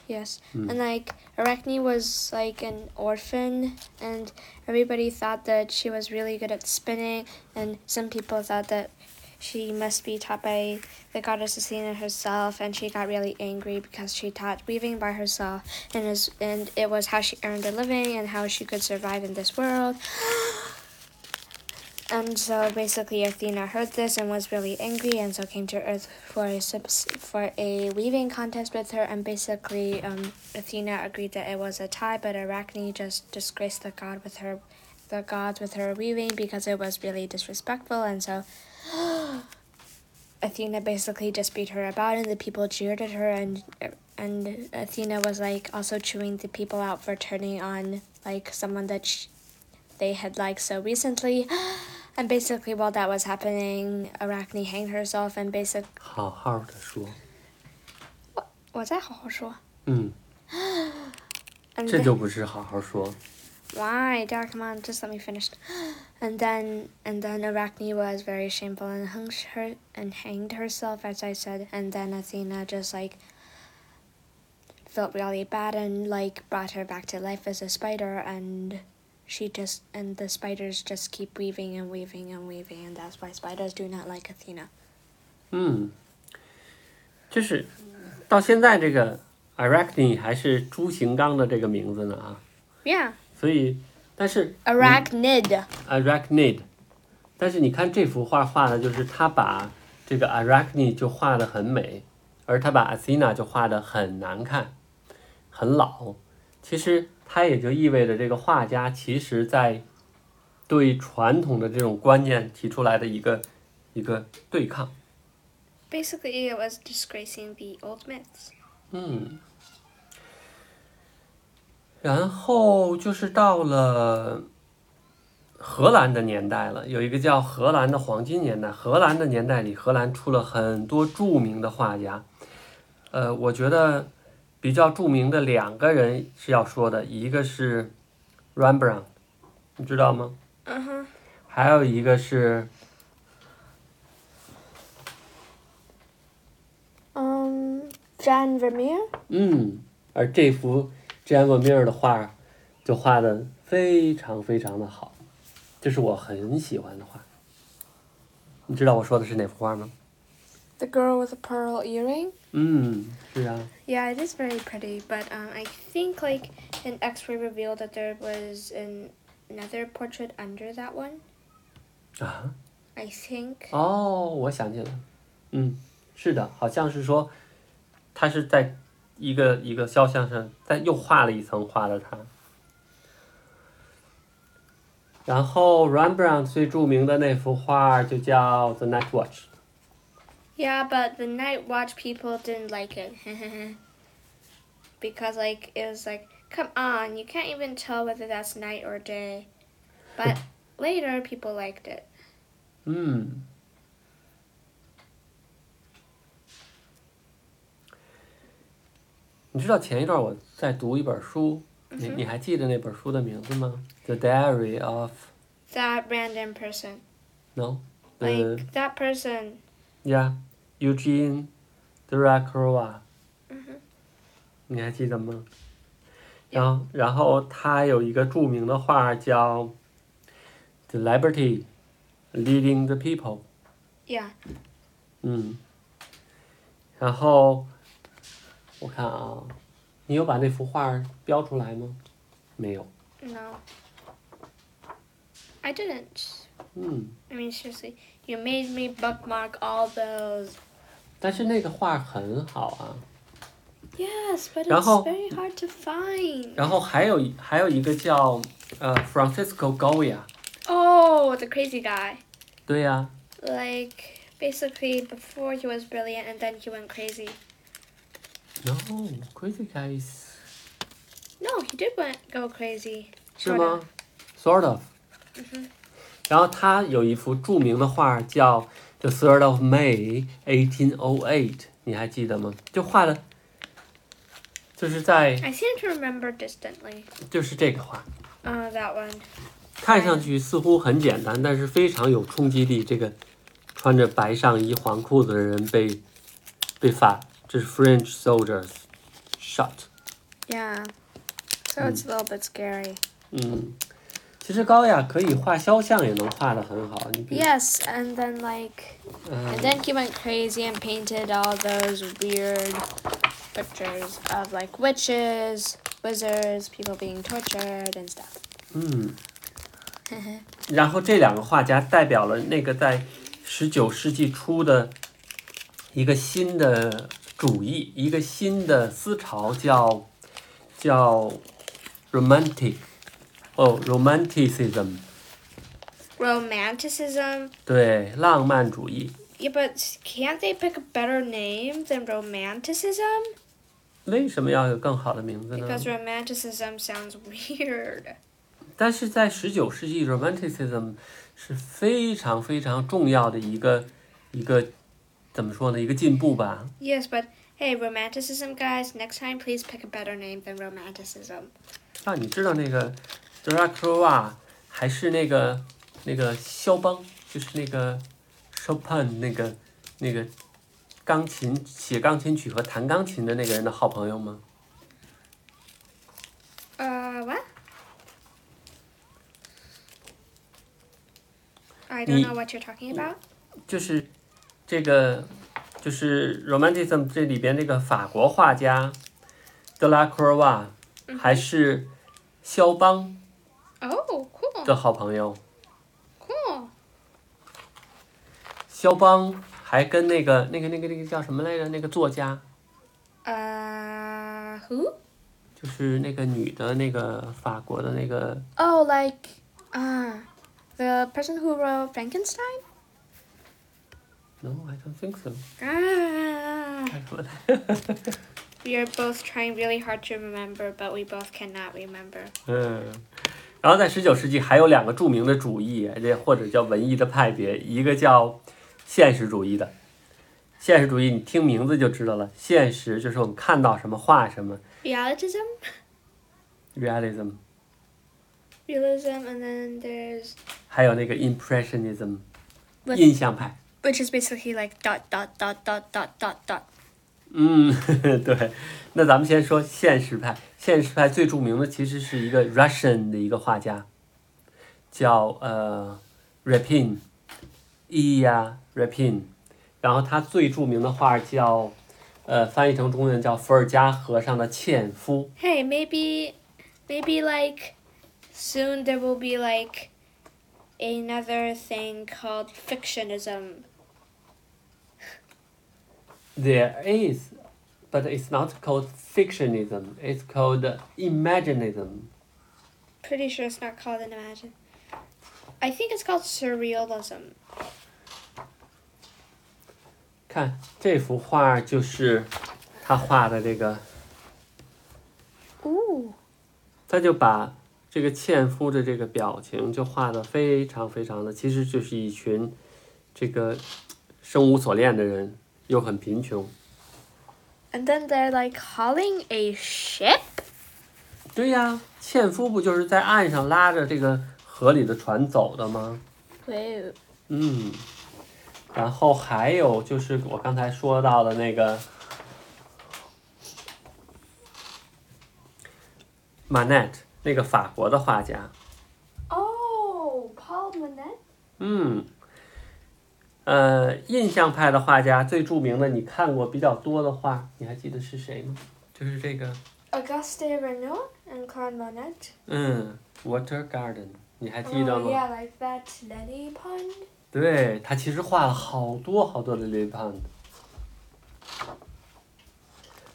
[SPEAKER 1] yes, and like Arachne was like an orphan, and everybody thought that she was really good at spinning, and some people thought that she must be taught by the goddess Athena herself, and she got really angry because she taught weaving by herself, and is and it was how she earned a living and how she could survive in this world. And Um, so basically, Athena heard this and was really angry, and so came to Earth for a subs- for a weaving contest with her. And basically, um, Athena agreed that it was a tie, but Arachne just disgraced the god with her, the gods with her weaving because it was really disrespectful. And so, Athena basically just beat her about, and the people jeered at her, and and Athena was like also chewing the people out for turning on like someone that she, they had like so recently. And basically, while that was happening, Arachne hanged herself and basically.
[SPEAKER 2] 好好的说，嗯，
[SPEAKER 1] And
[SPEAKER 2] 这
[SPEAKER 1] then-
[SPEAKER 2] 就不是好好说。
[SPEAKER 1] Why, Dad? Come on, just let me finish. And then, and then Arachne was very shameful and hung her and hanged herself, as I said. And then Athena just like felt really bad and like brought her back to life as a spider, and she just and the spiders just keep weaving and weaving and weaving, and that's why spiders do not like Athena.
[SPEAKER 2] 嗯，就是到现在这个 Arachne 还是朱形纲的这个名字呢啊，
[SPEAKER 1] Yeah,
[SPEAKER 2] 所以但是
[SPEAKER 1] arachnid.
[SPEAKER 2] Arachnid，但是你看这幅画画的，就是他把这个 Arachne 就画的很美，而他把 Athena 就画的很难看，很老。其实它也就意味着这个画家其实在对传统的这种观念提出来的一个一个对抗。
[SPEAKER 1] Basically, it was disgracing the old myths.
[SPEAKER 2] 嗯，然后就是到了荷兰的年代了，有一个叫荷兰的黄金年代。荷兰的年代里，荷兰出了很多著名的画家。呃，我觉得比较著名的两个人是要说的，一个是 Rembrandt，你知道吗？
[SPEAKER 1] Uh huh.
[SPEAKER 2] 还有一个是
[SPEAKER 1] Um, John Vermeer.
[SPEAKER 2] 嗯，而这幅詹姆米尔的画就画的非常非常的好，这是我很喜欢的画。你知道我说的是哪幅画吗？
[SPEAKER 1] The girl with the pearl earring.
[SPEAKER 2] 嗯，是啊，
[SPEAKER 1] Yeah, it is very pretty, but um, I think like an X-ray revealed that there was an, another portrait under that one.
[SPEAKER 2] 啊，
[SPEAKER 1] I think.
[SPEAKER 2] 哦，我想起来了，嗯，是的，好像是说，他是在一个一个肖像上，再又画了一层画的他。然后 Rembrandt 最著名的那幅画就叫《The Night Watch》。
[SPEAKER 1] Yeah, but the night watch people didn't like it. because like it was like, come on, you can't even tell whether that's night or day. But later people liked it.
[SPEAKER 2] 嗯，你知道前一段我在读一本书，
[SPEAKER 1] 嗯
[SPEAKER 2] 你你还记得那本书的名字吗？The Diary of
[SPEAKER 1] That random person,
[SPEAKER 2] No, the
[SPEAKER 1] like that person.
[SPEAKER 2] yeah, Eugene Dracula。你还记得吗？然后，然后他有一个著名的画叫《The Liberty Leading the People》。
[SPEAKER 1] Yeah.
[SPEAKER 2] 嗯，然后我看啊，你有把那幅画儿标出来吗？没有。
[SPEAKER 1] No. I didn't.
[SPEAKER 2] 嗯，
[SPEAKER 1] I mean, seriously, you made me bookmark all those.
[SPEAKER 2] 但是那个画儿很好啊。
[SPEAKER 1] Yes, but
[SPEAKER 2] it's
[SPEAKER 1] it's
[SPEAKER 2] 然后-
[SPEAKER 1] very hard to find.
[SPEAKER 2] 然后还有一还有一个叫呃 Francisco Goya，
[SPEAKER 1] Oh, the crazy guy.
[SPEAKER 2] 对呀、
[SPEAKER 1] Like, basically, before he was brilliant and then he went crazy.
[SPEAKER 2] No，crazy guys
[SPEAKER 1] No, he did went, go crazy.
[SPEAKER 2] 是
[SPEAKER 1] Sort
[SPEAKER 2] 吗
[SPEAKER 1] of.
[SPEAKER 2] ？Sort of。然嗯后他有一幅著名的画儿叫《The Third of May, 1808》，你还记得吗？就画的，就是在
[SPEAKER 1] I seem to remember distantly.
[SPEAKER 2] 就是这个画。
[SPEAKER 1] Oh, that one.
[SPEAKER 2] 看上去似乎很简单，但是非常有冲击力。这个穿着白上衣、黄裤子的人被被法，这是 French soldiers shot。
[SPEAKER 1] Yeah. So it's a little bit scary.
[SPEAKER 2] 嗯，其实高雅可以画肖像，也能画得很好。你比如
[SPEAKER 1] Yes, and then, like,
[SPEAKER 2] 嗯
[SPEAKER 1] And then he went crazy and painted all those weird pictures of like witches, wizards, people being tortured and stuff.
[SPEAKER 2] 嗯，然后这两个画家代表了那个在十九世纪初的一个新的主义，一个新的思潮叫，叫 romantic，哦，romanticism，
[SPEAKER 1] Romanticism.
[SPEAKER 2] 对，浪漫主义。
[SPEAKER 1] Yeah, but can't they pick a better name than romanticism?
[SPEAKER 2] 为什么要有更好的名字呢？
[SPEAKER 1] Because romanticism sounds weird.
[SPEAKER 2] 但是在十九世纪，Romanticism 是非常非常重要的一个一个怎么说呢？一个进步吧。
[SPEAKER 1] Yes, but hey, romanticism guys, next time please pick a better name than romanticism.
[SPEAKER 2] 啊，你知道那个 d r a c u l a 还是那个那个肖邦，就是那个 Chopin 那个那个钢琴写钢琴曲和弹钢琴的那个人的好朋友吗？
[SPEAKER 1] Uh, what? I
[SPEAKER 2] Ni-
[SPEAKER 1] don't know what you're talking about.
[SPEAKER 2] 就是这个就是 Romanticism 这里边那个法国画家德拉科尔瓦
[SPEAKER 1] 嗯哼
[SPEAKER 2] 还是肖邦
[SPEAKER 1] Oh, cool,
[SPEAKER 2] 的好朋友。
[SPEAKER 1] cool.
[SPEAKER 2] 肖邦还跟那个那个那个那个叫什么来着？那个作家，
[SPEAKER 1] Uh, who?
[SPEAKER 2] 就是那个女的，那个法国的那个
[SPEAKER 1] Oh, like, uh, the person who wrote Frankenstein?
[SPEAKER 2] No, I don't think so。
[SPEAKER 1] Ah,
[SPEAKER 2] 叫什么来
[SPEAKER 1] we are both trying really hard to remember, but we both cannot remember.
[SPEAKER 2] 嗯，然后在十九世纪还有两个著名的主义，这或者叫文艺的派别，一个叫现实主义的。现实主义，你听名字就知道了，现实就是我们看到什么画什么
[SPEAKER 1] Realism?
[SPEAKER 2] （realism），
[SPEAKER 1] Realism, and then there's.
[SPEAKER 2] 还有那个 impressionism，
[SPEAKER 1] With-
[SPEAKER 2] 印象派。
[SPEAKER 1] Which is basically like dot, dot, dot, dot, dot, dot, dot.
[SPEAKER 2] 嗯， 对。那咱们先说现实派，现实派最著名的其实是一个 Russian 的一个画家，叫呃 E Rapin，伊呀 Rapin，然后他最著名的画叫呃翻译成中文叫《伏尔加河上的纤夫
[SPEAKER 1] Hey, maybe, maybe like soon there will be like another thing called fictionism.》。
[SPEAKER 2] There is, but it's not called fictionism. It's called imaginism.
[SPEAKER 1] Pretty sure it's not called an imagine. I think it's called surrealism.
[SPEAKER 2] 看这幅画就是他画的这个。
[SPEAKER 1] Ooh.
[SPEAKER 2] 他就把这个纤夫的这个表情就画的非常非常的，其实就是一群这个生无所恋的人，又很贫穷。
[SPEAKER 1] And then they're like hauling a ship?
[SPEAKER 2] 对呀，纤夫不就是在岸上拉着这个河里的船走的吗？
[SPEAKER 1] Whoa.
[SPEAKER 2] 嗯，然后还有就是我刚才说到的那个马奈特，那个法国的画家，
[SPEAKER 3] Oh, Paul Manette.
[SPEAKER 2] 嗯，呃，印象派的画家最著名的，你看过比较多的画，你还记得是谁吗？就是这个，
[SPEAKER 3] Auguste Renoir and Claude Monet.
[SPEAKER 2] 嗯，Water Garden，你还记得
[SPEAKER 3] Oh,
[SPEAKER 1] 哦
[SPEAKER 2] 吗？
[SPEAKER 3] yeah, like that lily pond.
[SPEAKER 2] 对他其实画了好多好多的 l i p a n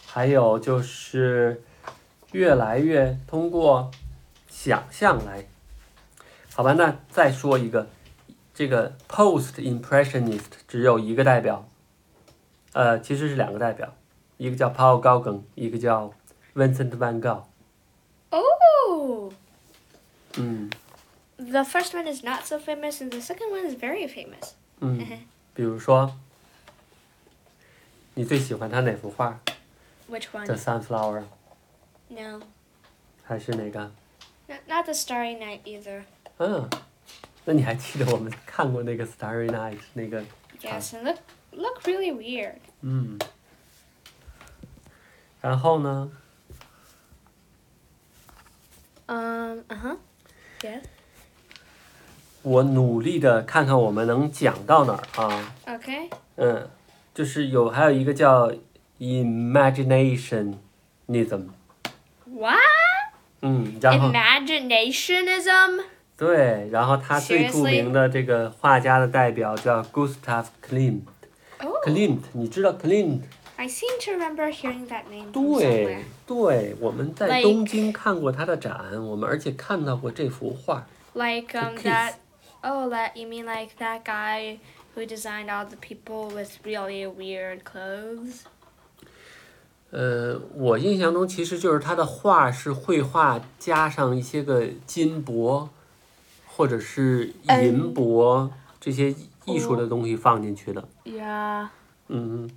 [SPEAKER 2] 还有就是越来越通过想象来，好吧，那再说一个，这个 Post Impressionist 只有一个代表，呃，其实是两个代表，一个叫 Paul Gauguin，一个叫 Vincent van Gogh，
[SPEAKER 1] Oh!
[SPEAKER 2] 嗯
[SPEAKER 1] The first one is not so famous, and the second one is very famous.
[SPEAKER 2] 嗯，比如说，你最喜欢他哪幅画？
[SPEAKER 1] Which one?
[SPEAKER 2] The Sunflower。
[SPEAKER 1] No.
[SPEAKER 2] 还是哪个？
[SPEAKER 1] Not, not the Starry Night either.
[SPEAKER 2] 嗯，那你还记得我们看过那个《Starry Night》那个？
[SPEAKER 1] Yes, and look, look really weird.
[SPEAKER 2] 嗯。然后呢？
[SPEAKER 1] Um, uh huh. Yeah.
[SPEAKER 2] 我努力的看看我们能讲到哪儿啊。
[SPEAKER 1] Okay.
[SPEAKER 2] 嗯，就是有还有一个叫 imaginationism。
[SPEAKER 1] What?
[SPEAKER 2] 嗯，然后
[SPEAKER 1] Imaginationism?
[SPEAKER 2] 对，然后他最著
[SPEAKER 1] Seriously？
[SPEAKER 2] 名的这个画家的代表叫 Gustav Klimt。
[SPEAKER 1] Oh,
[SPEAKER 2] Klimt，你知道 Klimt
[SPEAKER 1] I seem to remember hearing that name from
[SPEAKER 2] 对
[SPEAKER 1] somewhere.
[SPEAKER 2] 对，我们在
[SPEAKER 1] Like-
[SPEAKER 2] 东京看过他的展，我们而且看到过这幅画。
[SPEAKER 1] Like um
[SPEAKER 2] kiss.
[SPEAKER 1] that. Oh, that you mean like that guy who designed all the people with really weird clothes?
[SPEAKER 2] 呃，我印象中其实就是他的画是绘画加上一些个金箔，或者是银箔这些艺术的东西放进去的。
[SPEAKER 1] Yeah.
[SPEAKER 2] 嗯，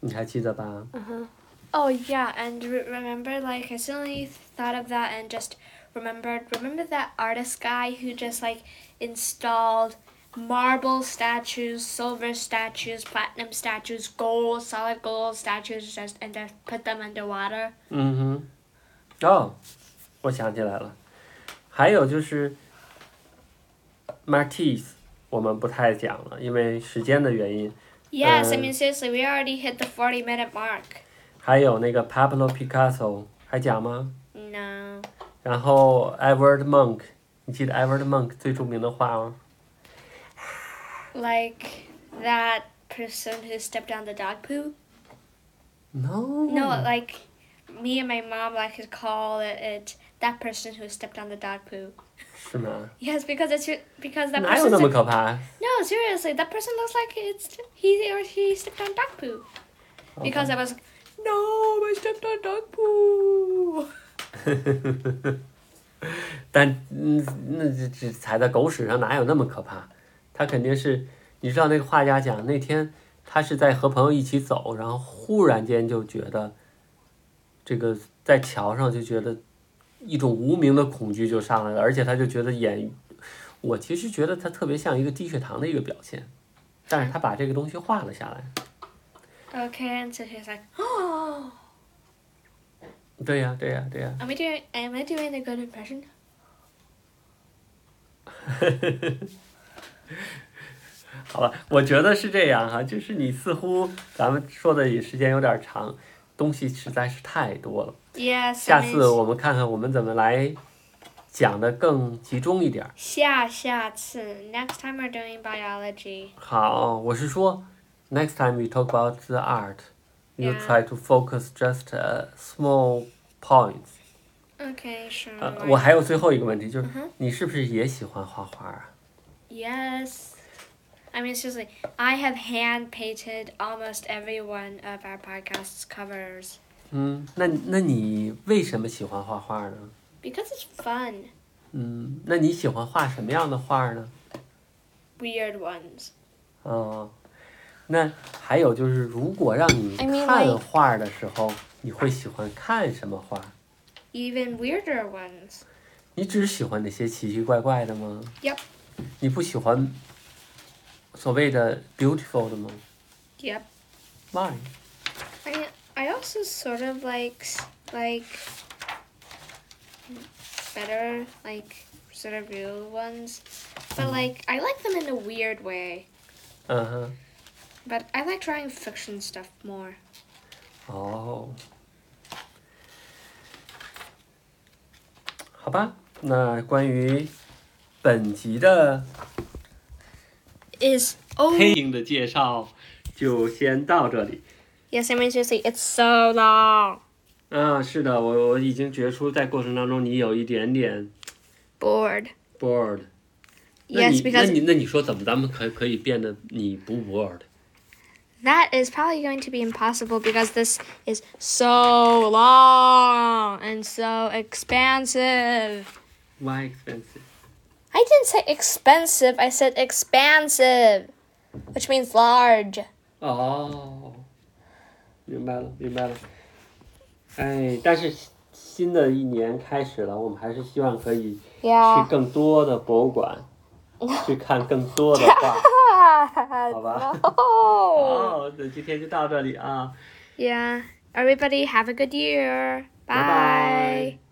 [SPEAKER 2] 你还记得吧？
[SPEAKER 1] Oh yeah, and re- remember, like I suddenly thought of that and just remembered. Remember that artist guy who just like installed marble statues, silver statues, platinum statues, gold, solid gold statues, just and just put them underwater.
[SPEAKER 2] 嗯哼，哦，我想起来了，还有就是，Martiz，我们不太讲了，因为时间的原因。
[SPEAKER 1] Yes, I
[SPEAKER 2] Um,
[SPEAKER 1] mean seriously, we already hit the forty-minute mark.
[SPEAKER 2] 还有那个 Pablo Picasso 还讲吗？
[SPEAKER 1] No.
[SPEAKER 2] 然后 Edward Monk，你记得 Edward Monk 最著名的画吗？
[SPEAKER 1] Like that person who stepped on the dog poo?
[SPEAKER 2] No.
[SPEAKER 1] No, like me and my mom like to call it, it that person who stepped on the dog poo.
[SPEAKER 2] 是吗？
[SPEAKER 1] Yes, because it's your- because that
[SPEAKER 2] 哪有那么
[SPEAKER 1] person.
[SPEAKER 2] 可怕
[SPEAKER 1] No, seriously, that person looks like it's he or she stepped on dog poo. Because I was like, no, I stepped on dog poo.
[SPEAKER 2] 但嗯，那这这踩在狗屎上哪有那么可怕？他肯定是，你知道那个画家讲，那天他是在和朋友一起走，然后忽然间就觉得，这个在桥上就觉得一种无名的恐惧就上来了，而且他就觉得眼，我其实觉得他特别像一个低血糖的一个表现，但是他把这个东西画了下来。
[SPEAKER 1] Okay, and so she was like, oh,
[SPEAKER 2] 对呀、对呀、对呀、
[SPEAKER 1] am I doing am I doing a good impression?
[SPEAKER 2] 好吧，我觉得是这样哈、就是你似乎咱们说的也时间有点长，东西实在是太多了。
[SPEAKER 1] Yes. I
[SPEAKER 2] 下
[SPEAKER 1] mean,
[SPEAKER 2] 次我们看看我们怎么来讲的更集中一点儿。
[SPEAKER 1] 下下次 uh, next time we're doing biology.
[SPEAKER 2] 好，我是说，next time we talk about the art, you
[SPEAKER 1] Yeah.
[SPEAKER 2] try to focus just a small points.
[SPEAKER 1] Okay, sure.
[SPEAKER 2] 呃，
[SPEAKER 1] why
[SPEAKER 2] 我
[SPEAKER 1] not?
[SPEAKER 2] 还有最后一个问题，就是你是不是也喜欢画画啊？
[SPEAKER 1] Yes. I mean, seriously, I have hand painted almost every one of our podcast's covers
[SPEAKER 2] 嗯，那那你为什么喜欢画画呢？
[SPEAKER 1] because it's fun.
[SPEAKER 2] 嗯，那你喜欢画什么样的画呢？
[SPEAKER 1] Weird ones.
[SPEAKER 2] 哦，那还有就是，如果让你
[SPEAKER 3] I mean,
[SPEAKER 2] 看
[SPEAKER 3] like-
[SPEAKER 2] 画的时候，你会喜欢看什么画？
[SPEAKER 1] Even weirder ones.
[SPEAKER 2] 你只喜欢那些奇奇怪怪的吗
[SPEAKER 1] Yep.
[SPEAKER 2] 你不喜欢所谓的 beautiful 的吗
[SPEAKER 1] Yep.
[SPEAKER 2] ？Why？
[SPEAKER 1] I I also sort of like s- like better like sort of real ones, but like I like them in a weird way.
[SPEAKER 2] 嗯哼，
[SPEAKER 1] But I like drawing fiction stuff more.
[SPEAKER 2] 哦，好吧，那关于本集的
[SPEAKER 1] Is
[SPEAKER 3] 哦
[SPEAKER 1] oh
[SPEAKER 2] 黑影的介绍就先到这里。
[SPEAKER 1] yes, I mean seriously, it's so long.
[SPEAKER 2] 嗯，是的，我我已经觉出在过程当中你有一点点
[SPEAKER 1] bored.
[SPEAKER 2] bored。那
[SPEAKER 1] Yes,
[SPEAKER 2] 你那
[SPEAKER 1] because
[SPEAKER 2] 你那你说怎么咱们可可以变得你不 bored？
[SPEAKER 1] that is probably going to be impossible because this is so long and so expansive.
[SPEAKER 2] Why expensive？
[SPEAKER 1] I didn't say expensive, I said expansive, which means large.
[SPEAKER 2] 哦，明白了，明白了。哎，但是新新的一年开始了，我们还是希望可以去
[SPEAKER 1] Yeah.
[SPEAKER 2] 更多的博物馆，去看更多的 画，好吧？
[SPEAKER 1] oh.
[SPEAKER 2] 好，那今天就到这里啊，
[SPEAKER 1] Yeah. Everybody have a good year.
[SPEAKER 2] 拜拜
[SPEAKER 1] Bye.。